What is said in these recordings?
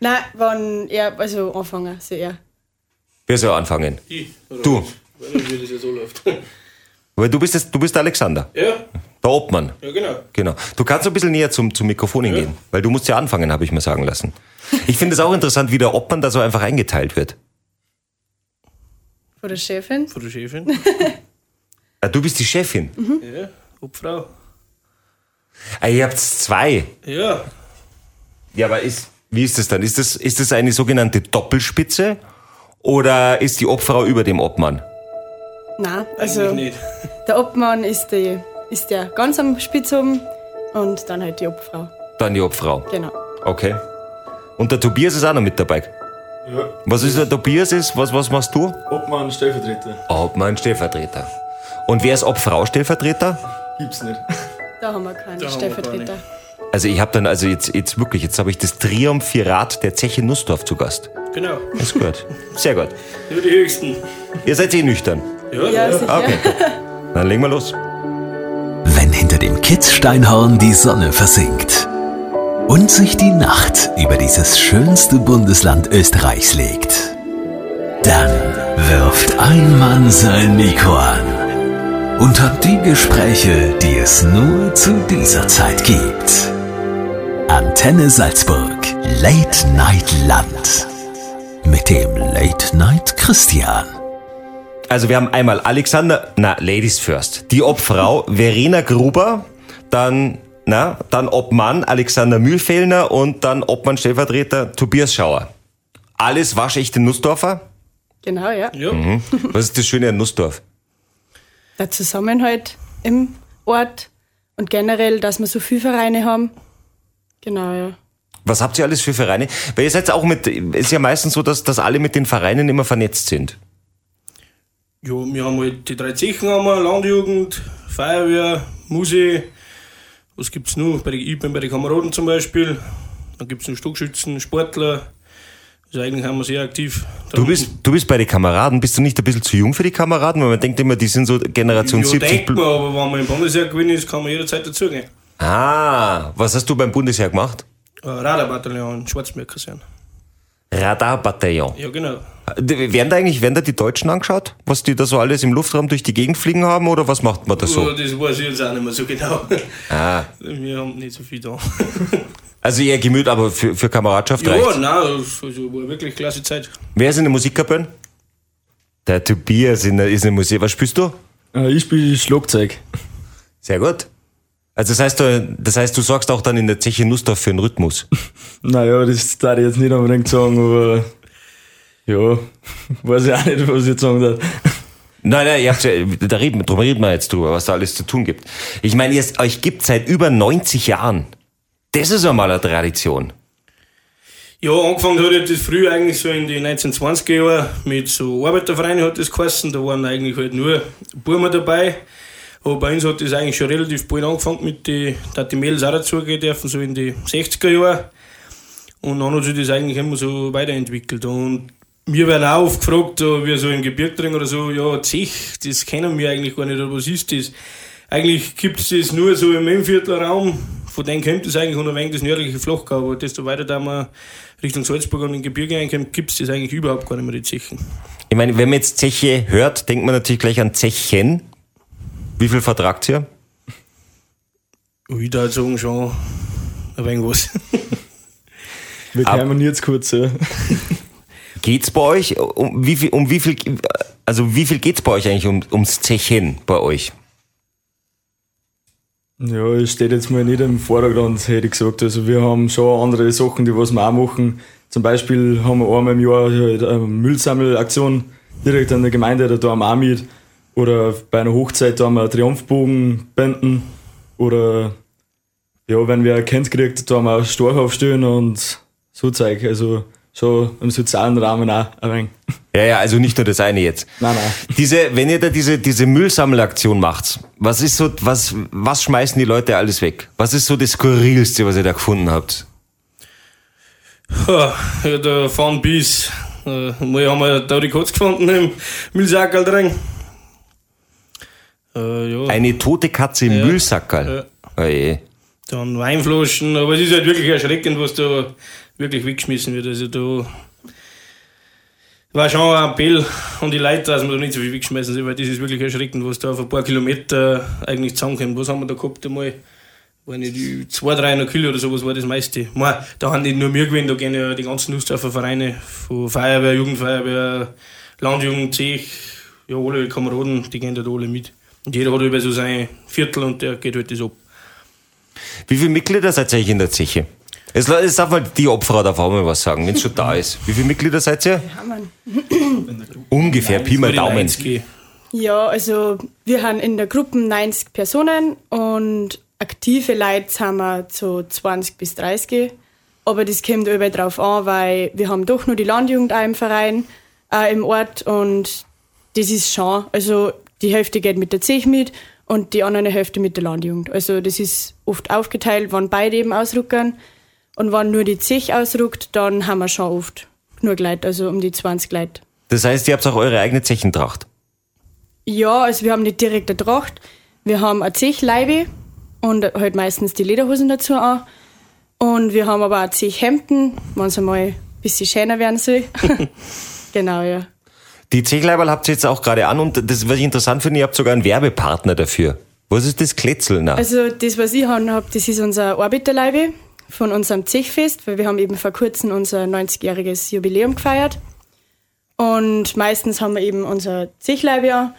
Nein, wann er, also anfangen, so er. Wer soll anfangen? Ich, oder Du. was? Weiß nicht, wie das jetzt so läuft. Weil du bist, das, du bist der Alexander, ja, der Obmann. ja, genau. Genau. Du kannst ein bisschen näher zum, zum Mikrofon hingehen, weil du musst ja anfangen, habe ich mir sagen lassen. Ich finde es auch interessant, wie der Obmann da so einfach eingeteilt wird. Von der Chefin. Von der Chefin? Ah, Du bist die Chefin. ja, Obfrau. Ah, ihr habt zwei. Ja, Ja, aber ist, wie ist das dann? Ist das, ist das eine sogenannte Doppelspitze oder ist die Obfrau über dem Obmann? Nein, also also nicht. der Obmann ist, die, ist der ganz am Spitz oben und dann halt die Obfrau. Dann die Obfrau. Genau. Okay. Und der Tobias ist auch noch mit dabei. Ja, Was ist der Tobias? Ist, was, was machst du? Obmann, Stellvertreter. Obmann, Stellvertreter. Und wer ist Obfrau, Stellvertreter? Gibt's nicht. Da haben wir keinen Da haben wir Stellvertreter. Also ich habe dann, also jetzt, jetzt wirklich, jetzt habe ich das Triumphirat der Zeche Nussdorf zu Gast. Genau. Das ist gut. Sehr gut. Nur die höchsten. Ihr seid eh nüchtern. Ja, Ja, also. ja. sicher. Ah, Okay, gut. Dann legen wir los. Wenn hinter dem Kitzsteinhorn die Sonne versinkt und sich die Nacht über dieses schönste Bundesland Österreichs legt, dann wirft ein Mann sein Mikro an und hat die Gespräche, die es nur zu dieser Zeit gibt. Antenne Salzburg, Late Night Land mit dem Late Night Christian. Also wir haben einmal Alexander, na, Ladies first. Die Obfrau Verena Gruber, dann, na, dann Obmann Alexander Mühlfellner und dann Obmann Stellvertreter Tobias Schauer. Alles waschechte Nussdorfer. Genau, ja. ja. Was ist das Schöne an Nussdorf? Der Zusammenhalt im Ort und generell, dass wir so viele Vereine haben. Genau, ja. Was habt ihr alles für Vereine? Weil ihr seid auch mit, ist ja meistens so, dass, dass alle mit den Vereinen immer vernetzt sind. Ja, wir haben halt die drei Zechen haben wir, Landjugend, Feuerwehr, Musik. Was gibt's noch? Bei die, ich bin bei den Kameraden zum Beispiel. Dann gibt's noch Stockschützen, Sportler. Also eigentlich haben wir sehr aktiv. Du bist, du bist bei den Kameraden, bist du nicht ein bisschen zu jung für die Kameraden? Weil man denkt immer, die sind so Generation ja, 70. denkt plus. man, aber wenn man im Bundesjahr gewinnt ist, kann man jederzeit dazugehen. Ah, was hast du beim Bundesheer gemacht? Äh, Radarbataillon, Schwarzmeer-Kaserne. Radarbataillon. Ja, genau. D- Werden da eigentlich, werden da die Deutschen angeschaut? Was die da so alles im Luftraum durch die Gegend fliegen haben oder was macht man da So. so? das weiß ich jetzt auch nicht mehr so genau. Ah, Wir haben nicht so viel da. also eher gemüt, aber für, für Kameradschaft reicht. ja, nein, also war wirklich klasse Zeit. Wer ist in der Musikkapelle? Der Tobias in der, ist in der Musik. Was spielst du? Äh, ich spiele Schlagzeug. Sehr gut. Also das heißt, du- das heißt, du sorgst auch dann in der Zeche Nussdorf für einen Rhythmus. Naja, das darf ich jetzt nicht unbedingt sagen, aber ja, weiß ich auch nicht, was ich jetzt sagen darf. Nein, nein, ihr habt ja, da reden, drum reden wir jetzt drüber, was da alles zu tun gibt. Ich meine, ihr, euch gibt seit über 90 Jahren. Das ist einmal eine Tradition. Ja, angefangen hat halt das früh eigentlich so in die 1920er Jahre mit so Arbeitervereinen hat das geheißen. Da waren eigentlich halt nur Burma dabei. Aber bei uns hat das eigentlich schon relativ bald angefangen mit die, da hat die Mädels auch dazugehen dürfen, so in die 60er Jahre. Und dann hat sich das eigentlich immer so weiterentwickelt. Und wir werden auch oft gefragt, äh, wir so im Gebirg drin oder so, ja, Zech, das kennen wir eigentlich gar nicht, oder was ist das? Eigentlich gibt's das nur so im Innviertler Raum, von denen kommt das eigentlich und ein wenig das nördliche Flachgau, aber desto weiter da man Richtung Salzburg und in Gebirge einkommt, gibt's das eigentlich überhaupt gar nicht mehr, die Zechen. Ich meine, wenn man jetzt Zeche hört, denkt man natürlich gleich an Zechen. Wie viel vertragt ihr? Ich da sagen schon ein wenig was. Wir Ab- kämen jetzt kurz. Ja. Geht's bei euch? Um wie viel, um wie viel, also wie viel geht's bei euch eigentlich um, ums Zechen bei euch? Ja, es steht jetzt mal nicht im Vordergrund, hätte ich gesagt. Also wir haben schon andere Sachen, die was wir auch machen. Zum Beispiel haben wir einmal im Jahr halt eine Müllsammelaktion direkt an der Gemeinde, da tun wir auch mit. Oder bei einer Hochzeit tun wir einen Triumphbogen binden. Oder ja, wenn wer ein Kind kriegt, tun wir einen Storch aufstellen und so Zeug. Also schon im sozialen Rahmen auch ein wenig. Ja, ja, also nicht nur das eine jetzt. Nein, nein. Diese, wenn ihr da diese, diese Müllsammelaktion macht, was ist so, was, was schmeißen die Leute alles weg? Was ist so das Skurrilste, was ihr da gefunden habt? Ja, ja, der Fun Bees. Äh, mal haben wir da die Katze gefunden im Müllsackerl drin. Äh, ja, Eine tote Katze im Müllsackerl. Oh ja. Oje. dann Weinflaschen, aber es ist halt wirklich erschreckend, was da wirklich weggeschmissen wird. Also da war schon ein Appell an die Leute, dass man da nicht so viel wegschmeißen soll, weil das ist wirklich erschreckend, was da auf ein paar Kilometer eigentlich zusammenkommt. Was haben wir da gehabt einmal? Waren die 2, 300 Kilo oder sowas war das meiste. Man, da haben nicht nur wir gewesen, da gehen ja die ganzen Nussdorfer Vereine von Feuerwehr, Jugendfeuerwehr, Landjugend, Zech, ja, alle Kameraden, die gehen da alle mit. Und jeder hat über so sein Viertel und der geht halt das ab. Wie viele Mitglieder seid ihr eigentlich in der Zeche? Jetzt, la- jetzt darf mal die Obfrau darf auch mal was sagen, wenn es schon da ist. Wie viele Mitglieder seid ihr? Ja, Mann. Ungefähr, Pi mal Über die Daumen. 90. Ja, also wir haben in der Gruppe 90 Personen und aktive Leute haben wir zu 20 bis 30. Aber das kommt überall drauf an, weil wir haben doch nur die Landjugend auch im Verein, äh, im Ort und das ist schon, also die Hälfte geht mit der Zech mit und die andere Hälfte mit der Landjugend. Also das ist oft aufgeteilt, wann beide eben ausrückern und wann nur die Zech ausrückt, dann haben wir schon oft nur Leute, also um die 20 Leute. Das heißt, ihr habt auch eure eigene Zechentracht. Ja, also wir haben nicht direkt eine Tracht. Wir haben ein Zechleibe und halt meistens die Lederhosen dazu an. Und wir haben aber auch Zechhemden, wenn es einmal ein bisschen schöner werden soll. genau, ja. Die Zechleiberl habt ihr jetzt auch gerade an und das, was ich interessant finde, ihr habt sogar einen Werbepartner dafür. Was ist das Kletzel? Na, Also das, was ich habe, hab, das ist unser Arbeiterleibe von unserem Zechfest, weil wir haben eben vor kurzem unser 90-jähriges Jubiläum gefeiert. Und meistens haben wir eben unser Zechleibe an,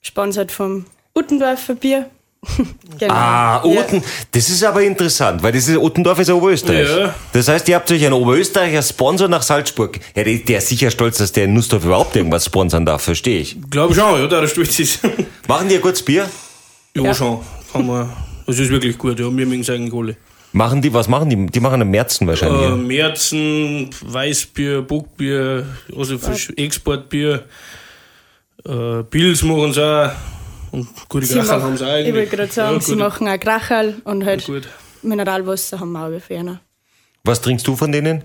gesponsert vom Uttendorfer Bier. genau. ah, Oten, das ist aber interessant, weil das ist, Otendorf ist ja Oberösterreich. Ja. Das heißt, ihr habt euch einen Oberösterreicher Sponsor nach Salzburg. Ja, der, der ist sicher stolz, dass der in Nussdorf überhaupt irgendwas sponsern darf, verstehe ich. Glaube schon, ja, da der stolz ist. Machen die ein gutes Bier? ja, schon. Haben wir. Das ist wirklich gut, ja. Wir mögen es eigentlich alle. Machen die, was machen die? Die machen einen Märzen wahrscheinlich. Äh, Märzen, Weißbier, Bockbier, also Fisch- Exportbier, äh, Pils machen sie auch. Und gute Sie Kracher machen, haben sie auch eigentlich. ich wollte gerade sagen, ja, sie gute- machen auch Kracherl und halt Gut. Mineralwasser haben wir auch ungefähr noch. Was trinkst du von denen?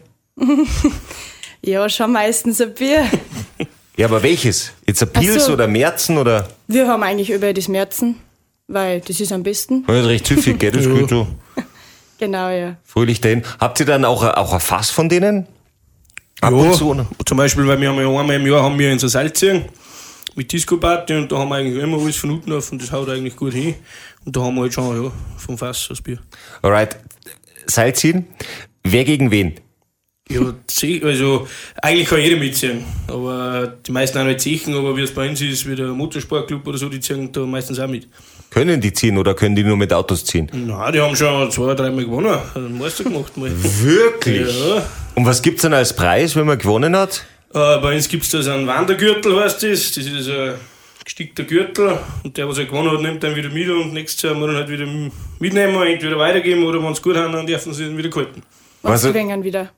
Ja, schon meistens ein Bier. Ja, aber welches? Jetzt ein Ach Pils so. oder Märzen oder? Wir haben eigentlich über das Märzen, weil das ist am besten. Das ist recht süffig, gell? Das ist gut so. Genau, ja. Fröhlich dahin. Habt ihr dann auch, auch ein Fass von denen? Ab und zu, ne? Zum Beispiel, weil wir haben ja einmal im Jahr haben wir in so Salzing mit Disco-Party und da haben wir eigentlich immer alles von unten auf und das haut eigentlich gut hin. Und da haben wir halt schon, ja, vom Fass das Bier. Alright. Seilziehen. Wer gegen wen? Ja, Ze- also eigentlich kann jeder mitziehen. Aber die meisten haben halt Zechen, aber wie es bei uns ist, wie der Motorsportclub oder so, die ziehen da meistens auch mit. Können die ziehen oder können die nur mit Autos ziehen? Na, die haben schon zwei, dreimal gewonnen. Einen Meister gemacht mal. Wirklich? Ja. Und was gibt's dann als Preis, wenn man gewonnen hat? Äh, bei uns gibt es da so einen Wandergürtel, heißt das. Das ist ein gestickter Gürtel. Und der, was er gewonnen hat, nimmt dann wieder mit und nächstes Jahr muss er ihn halt wieder m- mitnehmen, entweder weitergeben oder wenn es gut haben, dann dürfen sie ihn wieder kalten. Und Was- sie wengern wieder.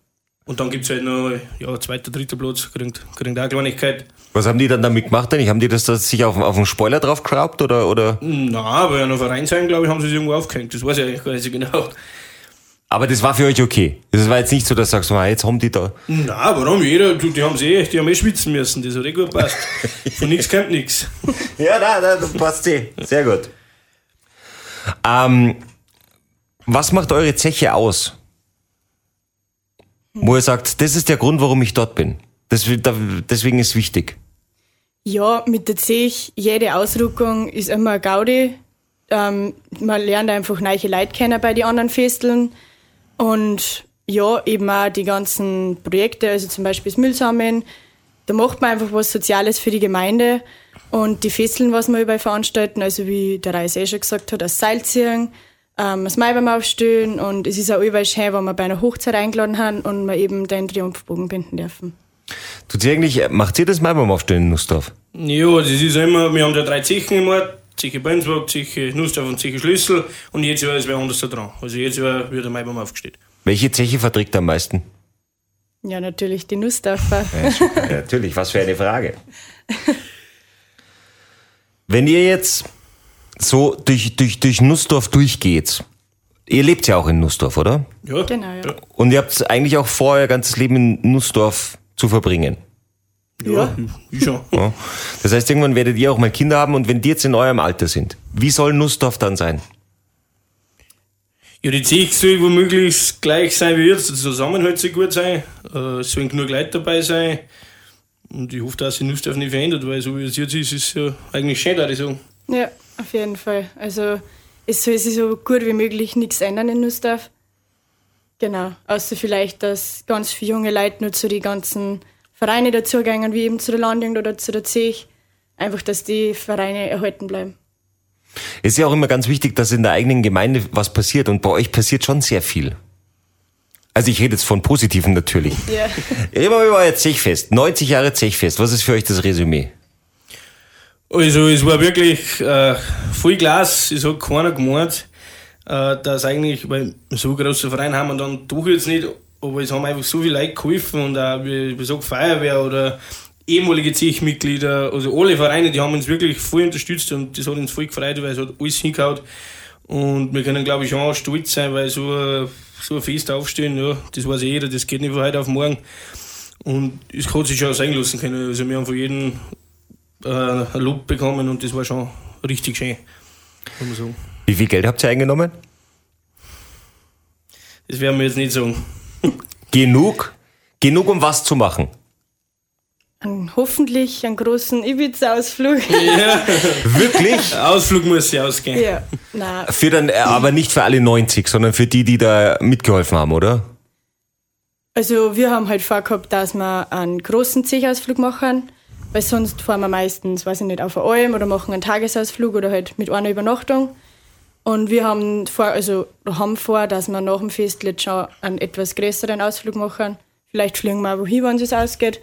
Und dann gibt es halt noch, ja, zweiter, dritter Platz, kriegt, kriegt auch eine Kleinigkeit. Was haben die dann damit gemacht eigentlich? Haben die das, das sich auf, auf den Spoiler draufgeschraubt oder, oder? Na, aber ja noch Verein sein, glaube ich, haben sie es irgendwo aufgehängt. Das weiß ich eigentlich gar nicht so genau. Aber das war für euch okay. Das war jetzt nicht so, dass du sagst, "Ma, jetzt haben die da. Na, warum? Jeder, du, die haben eh, die haben eh schwitzen müssen, das hat eh gut gepasst. Von nichts kommt nichts. Ja, da, da passt sie. Sehr gut. Ähm, was macht eure Zeche aus? Wo ihr sagt, das ist der Grund, warum ich dort bin. Das, da- deswegen ist wichtig. Ja, mit der Zech, jede Ausrückung ist immer ein Gaudi. Ähm, man lernt einfach neue Leute kennen bei den anderen Festeln. Und ja, eben auch die ganzen Projekte, also zum Beispiel das Müllsammeln. Da macht man einfach was Soziales für die Gemeinde. Und die Festeln, was wir überall veranstalten, also wie der Reis eh schon gesagt hat, das Seilziehen, ähm, das Maibaum aufstellen. Und es ist auch überall schön, wenn wir bei einer Hochzeit eingeladen haben und wir eben den Triumphbogen binden dürfen. Tut ihr eigentlich, macht ihr das mal beim Aufstellen in Nussdorf? Ja, das ist ja immer, wir haben da drei Zechen im Ort, Zeche Benzburg, Zeche Nussdorf und Zeche Schlüssel und jetzt war es wer anders da dran. Also jetzt war wieder Maibaum aufgestellt. Welche Zeche verträgt am meisten? Ja, natürlich die Nussdorfer. Natürlich, was für eine Frage. Wenn ihr jetzt so durch, durch, durch Nussdorf durchgeht, ihr lebt ja auch in Nussdorf, oder? Ja? Genau, ja. Und ihr habt eigentlich auch vor, euer ganzes Leben in Nussdorf zu verbringen. Ja, ich schon. Ja? Das heißt, irgendwann werdet ihr auch mal Kinder haben und wenn die jetzt in eurem Alter sind, wie soll Nussdorf dann sein? Ja, die Zeug soll womöglich gleich sein wie jetzt. Der Zusammenhalt soll gut sein. Äh, es sollen genug Leute dabei sein. Und ich hoffe, dass sich nichts davon nicht verändert, weil so wie es jetzt ist, ist es ja eigentlich schön, würde ich sagen. Ja, auf jeden Fall. Also es soll sich so gut wie möglich nichts ändern in Nussdorf. Genau, außer vielleicht, dass ganz viele junge Leute nur zu den ganzen Vereinen dazugängen, wie eben zu der Landjugend oder zu der Zech. Einfach, dass die Vereine erhalten bleiben. Es ist ja auch immer ganz wichtig, dass in der eigenen Gemeinde was passiert und bei euch passiert schon sehr viel. Also ich rede jetzt von Positiven natürlich. Ja. Immer über euer Zechfest, 90 Jahre Zechfest, was ist für euch das Resümee? Also es war wirklich äh, voll Glas, es hat keiner gemeint, äh, dass eigentlich, weil so große Verein haben wir dann doch jetzt nicht, aber es haben einfach so viele Leute geholfen und auch, wie wie gesagt, Feuerwehr oder ehemalige Zechmitglieder, also alle Vereine, die haben uns wirklich voll unterstützt und das hat uns voll gefreut, weil es hat alles hingehauen und wir können glaube ich schon stolz sein, weil so, ein- so ein Fest aufstehen, ja, das weiß eh jeder, das geht nicht von heute auf morgen und es hat sich schon sein lassen können, also wir haben von jedem äh, ein Lob bekommen und das war schon richtig schön. Kann man sagen. Wie viel Geld habt ihr eingenommen? Das werden wir jetzt nicht sagen. Genug? Genug, um was zu machen? Ein, hoffentlich einen großen Ibiza-Ausflug. Ja, Wirklich? Ausflug muss sie ausgehen. ja, na, Für dann, äh, aber nicht für alle 90, sondern für die, die da mitgeholfen haben, oder? Also wir haben halt vorgehabt, dass wir einen großen Zechausflug machen, weil sonst fahren wir meistens, weiß ich nicht, auf eine Alm oder machen einen Tagesausflug oder halt mit einer Übernachtung. Und wir haben vor, also haben vor, dass wir nach dem Fest jetzt schon einen etwas größeren Ausflug machen. Vielleicht fliegen wir auch wohin, wenn es ausgeht.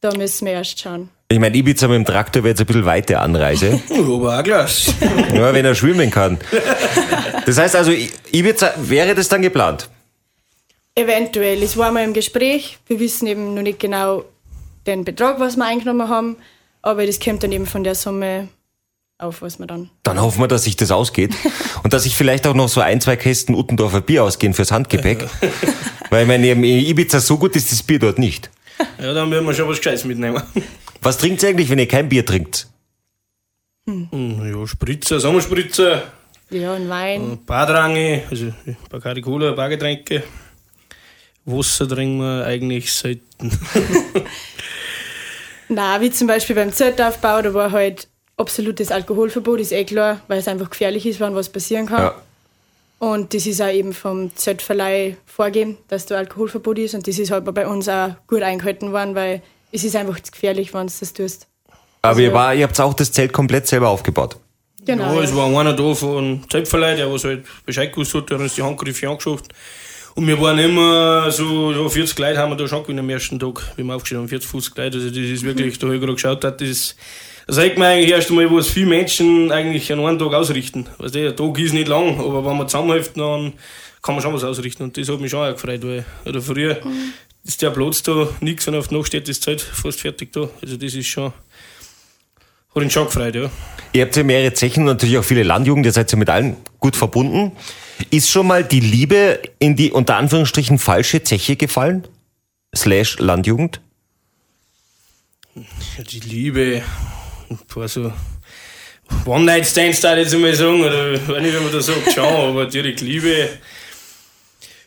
Da müssen wir erst schauen. Ich meine, Ibiza mit dem Traktor wäre jetzt ein bisschen weite Anreise. Oh, Aber auch Glas. Ja, wenn er schwimmen kann. Das heißt also, I- Ibiza, wäre das dann geplant? Eventuell, es war mal im Gespräch. Wir wissen eben noch nicht genau den Betrag, was wir eingenommen haben, aber das kommt dann eben von der Summe auf, was wir dann Dann hoffen wir, dass sich das ausgeht. Und dass sich vielleicht auch noch so ein, zwei Kästen Uttendorfer Bier ausgehen fürs Handgepäck. Weil, ich meine, in Ibiza so gut ist das Bier dort nicht. Ja, dann werden wir schon was Gescheites mitnehmen. Was trinkt ihr eigentlich, wenn ihr kein Bier trinkt? Hm, Ja, Spritzer, Sommerspritzer, Ja, ein Wein. Badrange, also ein paar Caricula, ein paar Getränke. Wasser trinken wir eigentlich selten. Na, wie zum Beispiel beim Zeltaufbau, da war halt absolutes Alkoholverbot, ist eh klar, weil es einfach gefährlich ist, wann was passieren kann. Ja. Und das ist auch eben vom Zeltverleih vorgegeben, dass da Alkoholverbot ist. Und das ist halt bei uns auch gut eingehalten worden, weil es ist einfach zu gefährlich, wenn du das tust. Aber ihr, war, ihr habt auch das Zelt komplett selber aufgebaut. Genau. Ja, ja. es war einer da von Zeitverleih, der was halt Bescheid gewusst hat, der hat uns die Handgriffe angeschafft. Und wir waren immer so, ja, 40 Leute haben wir da schon gewesen am ersten Tag, wie wir aufgestanden haben, 40, 50 Leute. Also das ist wirklich, da habe ich gerade geschaut, das ist, das sagt man eigentlich erst einmal, was viele Menschen eigentlich an einem Tag ausrichten. Weißt du, der Tag ist nicht lang, aber wenn man zusammenhält, dann kann man schon was ausrichten. Und das hat mich schon auch gefreut, weil, oder früher ist der Platz da, nichts und auf der Nacht steht das Zeit fast fertig da. Also das ist schon, hat ihn schon gefreut, ja. Ihr habt ja mehrere Zechen und natürlich auch viele Landjugend, ihr seid ja mit allen gut verbunden. Ist schon mal die Liebe in die unter Anführungsstrichen falsche Zeche gefallen? Slash Landjugend? Ja, die Liebe, war so One-Night-Stands, da jetzt einmal sagen, oder ich weiß nicht, wenn man das sagt, schon, aber direkt Liebe.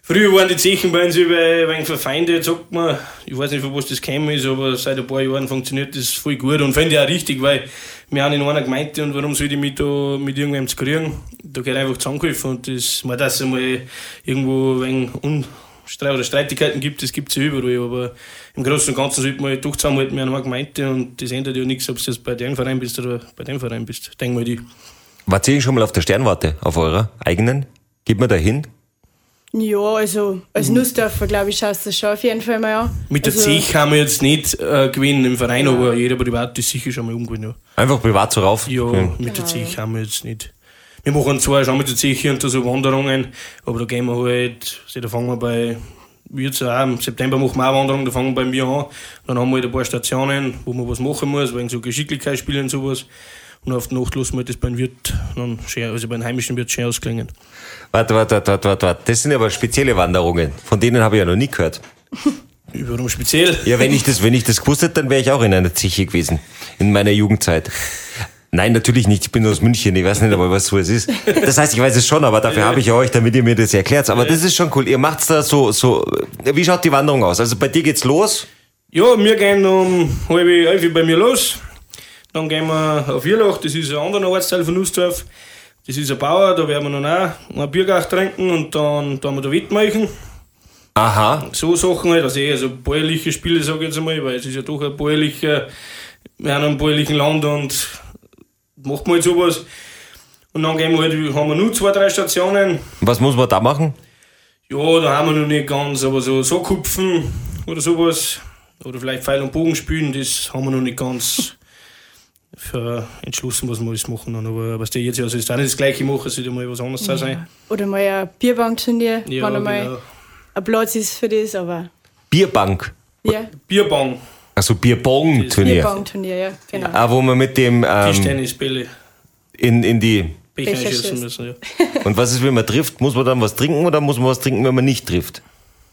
Früher waren die Zechen bei uns über ein wenig verfeindet, sagt man. Ich weiß nicht, von was das gekommen ist, aber seit ein paar Jahren funktioniert das voll gut und finde ich auch richtig, weil wir haben in einer Gemeinde und warum soll ich mich da mit irgendwem zu kriegen? Da geht einfach zusammengeholfen und das, mal, dass es einmal irgendwo ein wenig Unstre oder Streitigkeiten gibt, das gibt es ja überall, aber im Großen und Ganzen sollte man halt doch zusammenhalten mit einer Gemeinde und das ändert ja nichts, ob du jetzt bei dem Verein bist oder bei dem Verein bist. Denk mal die. Wart ihr schon mal auf der Sternwarte, auf eurer eigenen? Geht man da hin? ja, also als Nussdorfer, glaube ich, schaust du das schon auf jeden Fall mal an. Mhm. Mit der also, Zech haben wir jetzt nicht äh, gewinnen im Verein, aber jeder privat ist sicher schon mal umgewinnen. Ja. Einfach privat so rauf? Ja, mit der Zeche haben wir jetzt nicht. Wir machen zwar schon mit der Zeche unter so Wanderungen, aber da gehen wir halt, also da fangen wir bei, wir jetzt auch, im September machen wir auch Wanderung, da fangen wir bei mir an. Dann haben wir halt ein paar Stationen, wo man was machen muss, wegen so Geschicklichkeitsspielen und sowas. Und auf die Nacht lassen wir das beim Wirt, dann schön, also beim heimischen Wirt schön ausklingen. Warte, warte, warte, warte, warte, warte. Das sind aber spezielle Wanderungen. Von denen habe ich ja noch nie gehört. Überum um speziell. Ja, wenn ich das, wenn ich das gewusst hätte, dann wäre ich auch in einer Zeche gewesen. In meiner Jugendzeit. Nein, natürlich nicht. Ich bin aus München. Ich weiß nicht aber, was so es ist. Das heißt, ich weiß es schon, aber dafür habe ich ja euch, damit ihr mir das erklärt. Aber das ist schon cool. Ihr macht's da so, so. Wie schaut die Wanderung aus? Also bei dir geht's los. Ja, wir gehen um halb elf bei mir los. Dann gehen wir auf Irlach, das ist ein anderer Ortsteil von Nussdorf. Das ist ein Bauer, da werden wir dann auch einen Biergach trinken und dann tun wir da wettmachen. Aha. So Sachen halt, also eh, also bäuerliche Spiele, sag ich jetzt einmal, weil es ist ja doch ein bäuerlicher, wir haben einem bäuerlichen Land und macht man halt sowas. Und dann gehen wir halt, haben wir nur zwei, drei Stationen. Was muss man da machen? Ja, da haben wir noch nicht ganz, aber so Sackhupfen oder sowas. Oder vielleicht Pfeil und Bogen spielen, das haben wir noch nicht ganz für entschlossen, was wir alles machen. Dann. Aber was der jetzt also ist, auch nicht das gleiche machen, es wird ja mal was anderes da sein. Oder mal eine Bierbank zu dir, Ja, wenn einmal genau. ein Platz ist für das, aber Bierbank. ja, Bierbang, Also Bierbong-Turnier. Bierbankturnier, ja, genau. Ah, wo man mit dem ähm, Tischtennisbälle, in, in die. Becher Becher einschießen schießen. müssen. Ja. Und was ist, wenn man trifft? Muss man dann was trinken oder muss man was trinken, wenn man nicht trifft?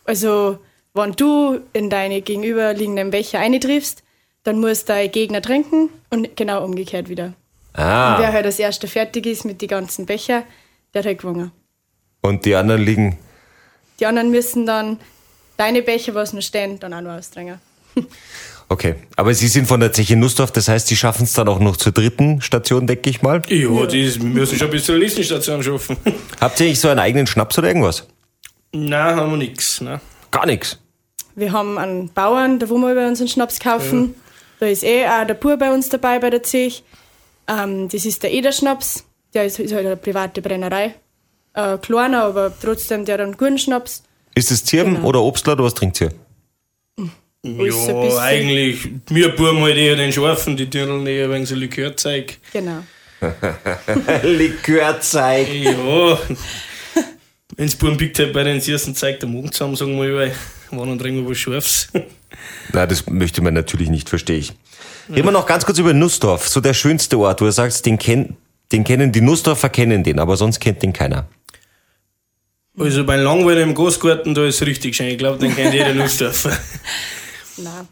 Also, wenn du in deine gegenüberliegenden Becher eintriffst, dann muss dein Gegner trinken und genau umgekehrt wieder. Ah. Wer halt als erster fertig ist mit den ganzen Becher, der hat halt gewonnen. Und die anderen liegen. Die anderen müssen dann deine Becher, was noch stehen, dann auch noch ausdrängen. Okay. Aber sie sind von der Zeche Nussdorf, das heißt, sie schaffen es dann auch noch zur dritten Station, denke ich mal. Ja, das, wir müssen schon bis zur Listenstation schaffen. Habt ihr eigentlich so einen eigenen Schnaps oder irgendwas? Nein, haben wir ne. nichts. Gar nichts. Wir haben einen Bauern, da wo wir bei uns einen Schnaps kaufen. Da ist eh auch der Pur bei uns dabei, bei der Zech. Ähm, das ist der Ederschnaps. Der ist, ist halt eine private Brennerei. Äh, kleiner, aber trotzdem, der hat einen guten Schnaps. Ist es Zirben oder Obstler oder was trinkt ihr? Alles ein Ja, bisschen. eigentlich, wir Buben halt eher den Scharfen, die Dirndln eher wegen so Likörzeug. Genau. Likörzeig. Ja, wenn's Buben Big Time bei den ersten zeigt, am Morgen zusammen, sagen wir überall, wann und trinken wir was Scharfes. Na, das möchte man natürlich nicht, verstehe ich. Reden wir noch ganz kurz über Nussdorf, so der schönste Ort, wo du sagst, den, ken den kennen die Nussdorfer kennen den, aber sonst kennt den keiner. Also beim Langweil im Gastgarten, da ist richtig schön. Ich glaube, den kennt jeder Nussdorfer. Nein.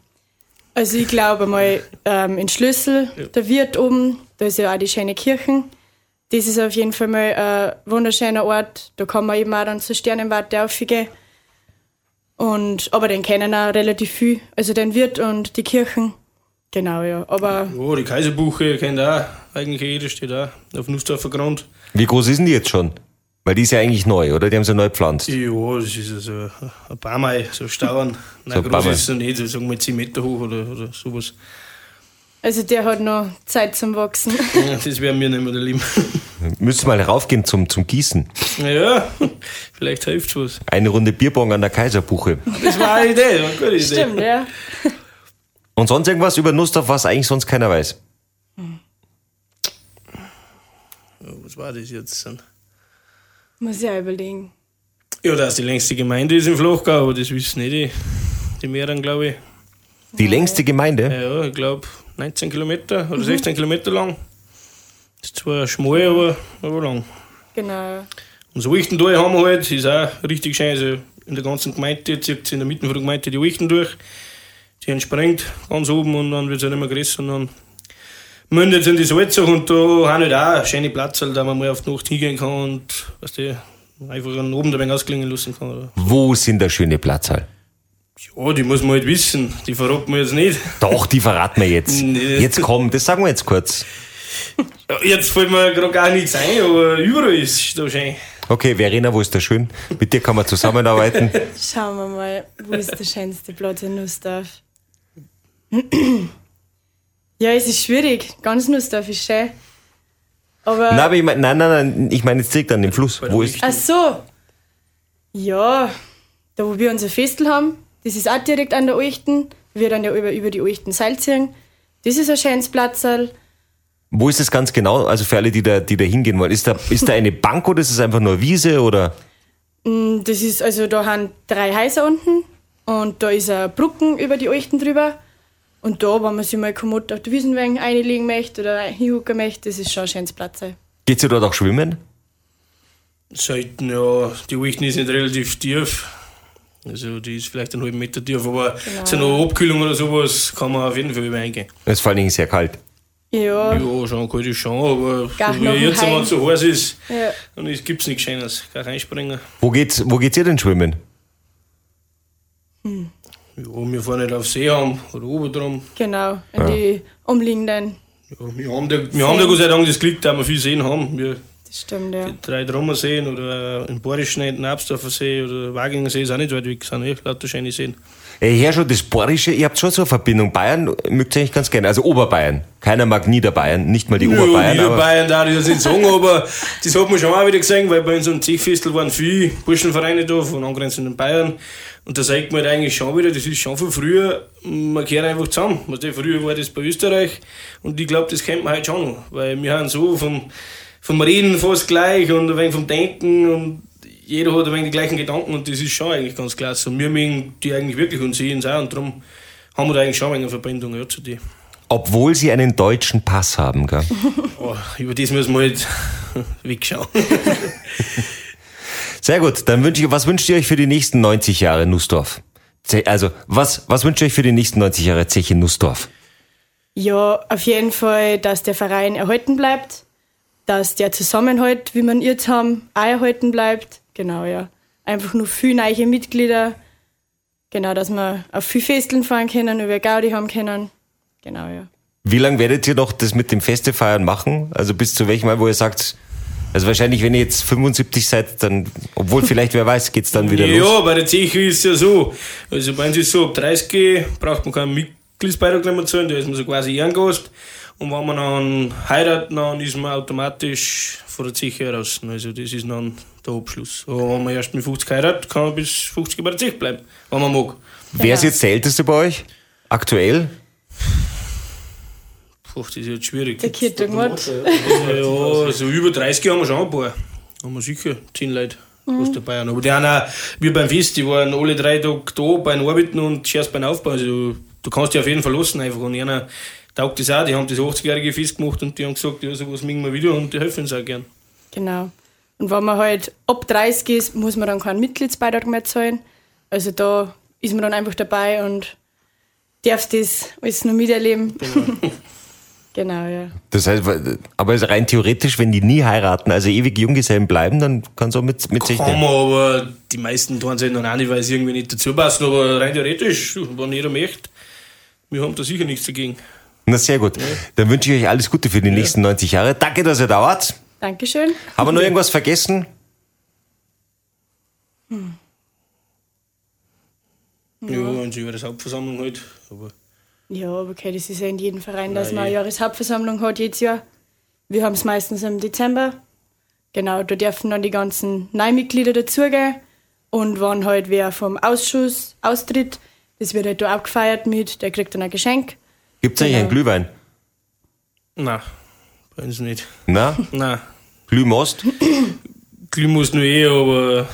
Also ich glaube mal ähm, in Schlüssel, der Wirt oben, da ist ja auch die schöne Kirche. Das ist auf jeden Fall mal ein wunderschöner Ort. Da kann man eben auch dann zur Sternenwarte aufgehen. Und, aber den kennen auch relativ viel. Also den Wirt und die Kirchen. Genau, ja. Aber Ja, die Kaiserbuche kennt auch, eigentlich jeder steht auch, auf Nussdorfer Grund. Wie groß ist denn die jetzt schon? Weil die ist ja eigentlich neu, oder? Die haben sie neu gepflanzt. Ja, das ist also ein paar Mal so Stauern. So Nein, ein groß Baumei. ist es nicht, so sagen wir 10 Meter hoch oder, oder sowas. also der hat noch Zeit zum Wachsen. Ja, Das wäre mir nicht mehr der Lieb. Müsst ihr mal raufgehen zum, zum Gießen. Ja, vielleicht hilft was. Eine Runde Bierbong an der Kaiserbuche. Das war eine Idee, war eine gute Idee. Stimmt, ja. Und sonst irgendwas über Nussdorf, was eigentlich sonst keiner weiß. Was war das jetzt? dann? Muss ich auch überlegen. Ja, dass die längste Gemeinde ist im Flachgau, aber das wissen nicht die, die mehreren, glaube ich. äh, Die längste Gemeinde. Ja, ich glaube 19 Kilometer oder 16 Kilometer lang. Ist zwar schmal, aber, aber lang. Genau. Und so Wichten durch haben wir halt, ist auch richtig schön. Also in der ganzen Gemeinde, circa in der Mitte von der Gemeinde die Wichten durch. Die entspringt ganz oben und dann wird es halt immer größer und dann mündet es in die Salzach und da haben halt auch schöne Plätze, da man mal auf die Nacht hingehen kann und weißt du, einfach einen oben dabei ausklingen lassen kann. Oder? Wo sind der schöne Platzhal? Ja, die muss man halt wissen, die verraten wir jetzt nicht. Doch, die verraten wir jetzt. Nee. Jetzt komm, das sagen wir jetzt kurz. Ja, Jetzt fällt mir gerade gar nichts ein, aber überall ist da schön. Okay, Verena, wo ist der schön? Mit dir kann man zusammenarbeiten. Schauen wir mal, wo ist der schönste Platz in Nussdorf? ja, es ist schwierig. Ganz Nussdorf ist schön. Aber. nein, aber ich mein, nein, nein, nein, ich meine jetzt direkt an dem Fluss. Wo ist? ach so. Ja, da wo wir unser Festel haben, das ist auch direkt an der Uchten. Wir dann ja über, über die Uchten Seil ziehen. Das ist ein schönes Platzerl. Wo ist es ganz genau? Also für alle, die da, die da hingehen wollen. Ist da, ist da eine Bank oder ist es einfach nur Wiese oder? Und Das ist, also da haben drei Häuser unten und da ist ein Brücken über die Uchten drüber. Und da, wenn man sich mal kommod auf die Wiesenwegen einlegen möchte oder hinhucken möchte, das ist schon ein schönes Platzerl. Geht's dir dort auch schwimmen? Selten, ja. Die Wichten ist nicht relativ tief. Also die ist vielleicht einen halben Genau. Meter tief, aber so eine Abkühlung oder sowas kann man auf jeden Fall über eingehen. Es ist vor allen Dingen sehr kalt. Ja, Ja, schon kann ich schon, aber Gar so wie noch ein jetzt einmal Hai. zu heiß ist, ja. dann ist- gibt's nichts Schönes. Gar reinspringen. Wo geht's, wo geht's ihr denn schwimmen? Ja, wir fahren nicht auf See haben oder oben drum. genau. In die umliegenden. Ja, wir haben da, wir haben da Gott sei Dank das Glück, dass wir viel Seen haben. Wir Das stimmt, ja. drei Drummer Seen oder äh, im Borischen, in Absdorfer See oder Waginger See ist auch nicht weit weg, sind echt lauter schöne Seen. Ey, her schon das Bayerische, ihr habt schon so eine Verbindung. Bayern mögt ihr eigentlich ganz gerne. Also Oberbayern. Keiner mag Niederbayern, nicht mal die Oberbayern. Ja, aber Niederbayern darf ich das nicht sagen, aber das hat man schon auch wieder gesehen, weil bei uns am Zechfestel waren viele Burschenvereine da von angrenzenden Bayern. Und da sagt man halt eigentlich schon wieder, das ist schon von früher, man gehört einfach zusammen. Weißt du, früher war das bei Österreich und ich glaube, das kennt man halt schon, noch, weil wir haben so vom, vom Reden fast gleich und ein wenig vom Denken und jeder hat ein wenig die gleichen Gedanken und das ist schon eigentlich ganz klasse. Und wir mögen die eigentlich wirklich und sehen es auch und darum haben wir da eigentlich schon ein wenig eine Verbindung ja, zu dir. obwohl sie einen deutschen Pass haben, gell? Oh, über das müssen wir halt wegschauen. Sehr gut, dann wünsche ich, was wünscht ihr euch für die nächsten 90 Jahre Nussdorf? Ze- Also, was, was wünscht ihr euch für die nächsten 90 Jahre Zeche Nussdorf? Ja, auf jeden Fall, dass der Verein erhalten bleibt, dass der Zusammenhalt, wie man jetzt haben, auch erhalten bleibt. Genau, ja. Einfach nur viele neue Mitglieder. Genau, dass wir auf viel Festeln fahren können, über Gaudi haben können. Genau, ja. Wie lange werdet ihr noch das mit dem Feste feiern machen? Also bis zu welchem Mal, wo ihr sagt, also wahrscheinlich, wenn ihr jetzt 75 seid, dann, obwohl vielleicht, wer weiß, geht's dann wieder los. ja, bei der Zeche ist es ja so. Also bei uns ist es so, ab 30 braucht man keinen Mitgliedsbeitrag nicht mehr zahlen, da ist man so quasi Ehrengast. Und wenn man dann heiratet, dann ist man automatisch von der Zeche raus. Also das ist dann der Abschluss. Aber wenn man erst mit 50 heiratet, kann man bis 50 bei der Zeche bleiben, wenn man mag. Wer ist jetzt der Älteste bei euch? Aktuell? Puh, das ist jetzt schwierig. Der Kurt irgendwas. Ja, also so über 30 haben wir schon ein paar. Haben wir sicher 10 Leute aus der Bayern. Aber die haben auch, wie beim Fest, die waren alle drei Tage da beim Arbeiten und zuerst beim Aufbau. Also, du kannst dich auf jeden Fall lassen einfach. Und einer taugt das auch. Die haben das 80-jährige Fest gemacht und die haben gesagt, ja, sowas mögen wir wieder und die helfen uns auch gern. Genau. Und wenn man halt ab 30 ist, muss man dann keinen Mitgliedsbeitrag mehr zahlen. Also da ist man dann einfach dabei und darf das alles noch miterleben. genau ja. Das heißt, weil- aber also rein theoretisch, wenn die nie heiraten, also ewig Junggesellen bleiben, dann kann's auch mit, mit sich Haben wir, aber die meisten tun es halt noch nicht, weil sie irgendwie nicht dazu passen. Aber rein theoretisch, wenn jeder möchte, wir haben da sicher nichts dagegen. Na sehr gut. Dann wünsche ich euch alles Gute für die nächsten 90 Jahre. Danke, dass ihr da wart. Dankeschön. Haben wir noch irgendwas vergessen? Ja, und sie über das Hauptversammlung halt. Aber Ja, aber okay, das ist ja in jedem Verein, dass man eine Jahreshauptversammlung hat jedes Jahr. Wir haben es meistens im Dezember. Genau, da dürfen dann die ganzen Neumitglieder dazugehen. Und wenn halt wer vom Ausschuss austritt, das wird halt da abgefeiert mit, der kriegt dann ein Geschenk. Gibt's eigentlich einen Glühwein? nein, bei uns nicht. Na? Nein. Glühmost? Glühen musst nur eh, aber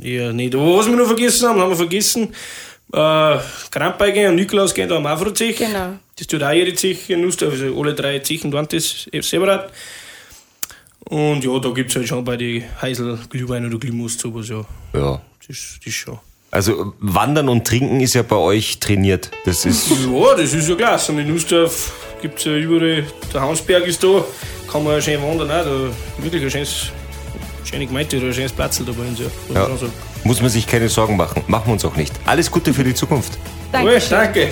eher nicht. Aber was wir noch vergessen haben, haben wir vergessen. Äh, Krampbeige und Nikolaus gehen da am Afrozich. Genau. Das tut auch jede Zeche in Nussdorf, also alle drei Zechen tun das eh separat. Und ja, da gibt es halt schon bei den Heisel Glühwein oder Glühmus sowas, ja. Ja. Das, ist- das ist schon. Also Wandern und Trinken ist ja bei euch trainiert. Das ist Ja, das ist ja klasse. Und in Nussdorf gibt es ja überall, der Hansberg ist da, kann man ja schön wandern auch. Da wirklich ein schönes, schöne Gemeinde oder ein schönes Platzl da bei uns, ja. Muss man Ja. schon sagen. Muss man sich keine Sorgen machen. Machen wir uns auch nicht. Alles Gute für die Zukunft. Dankeschön. Gut, danke.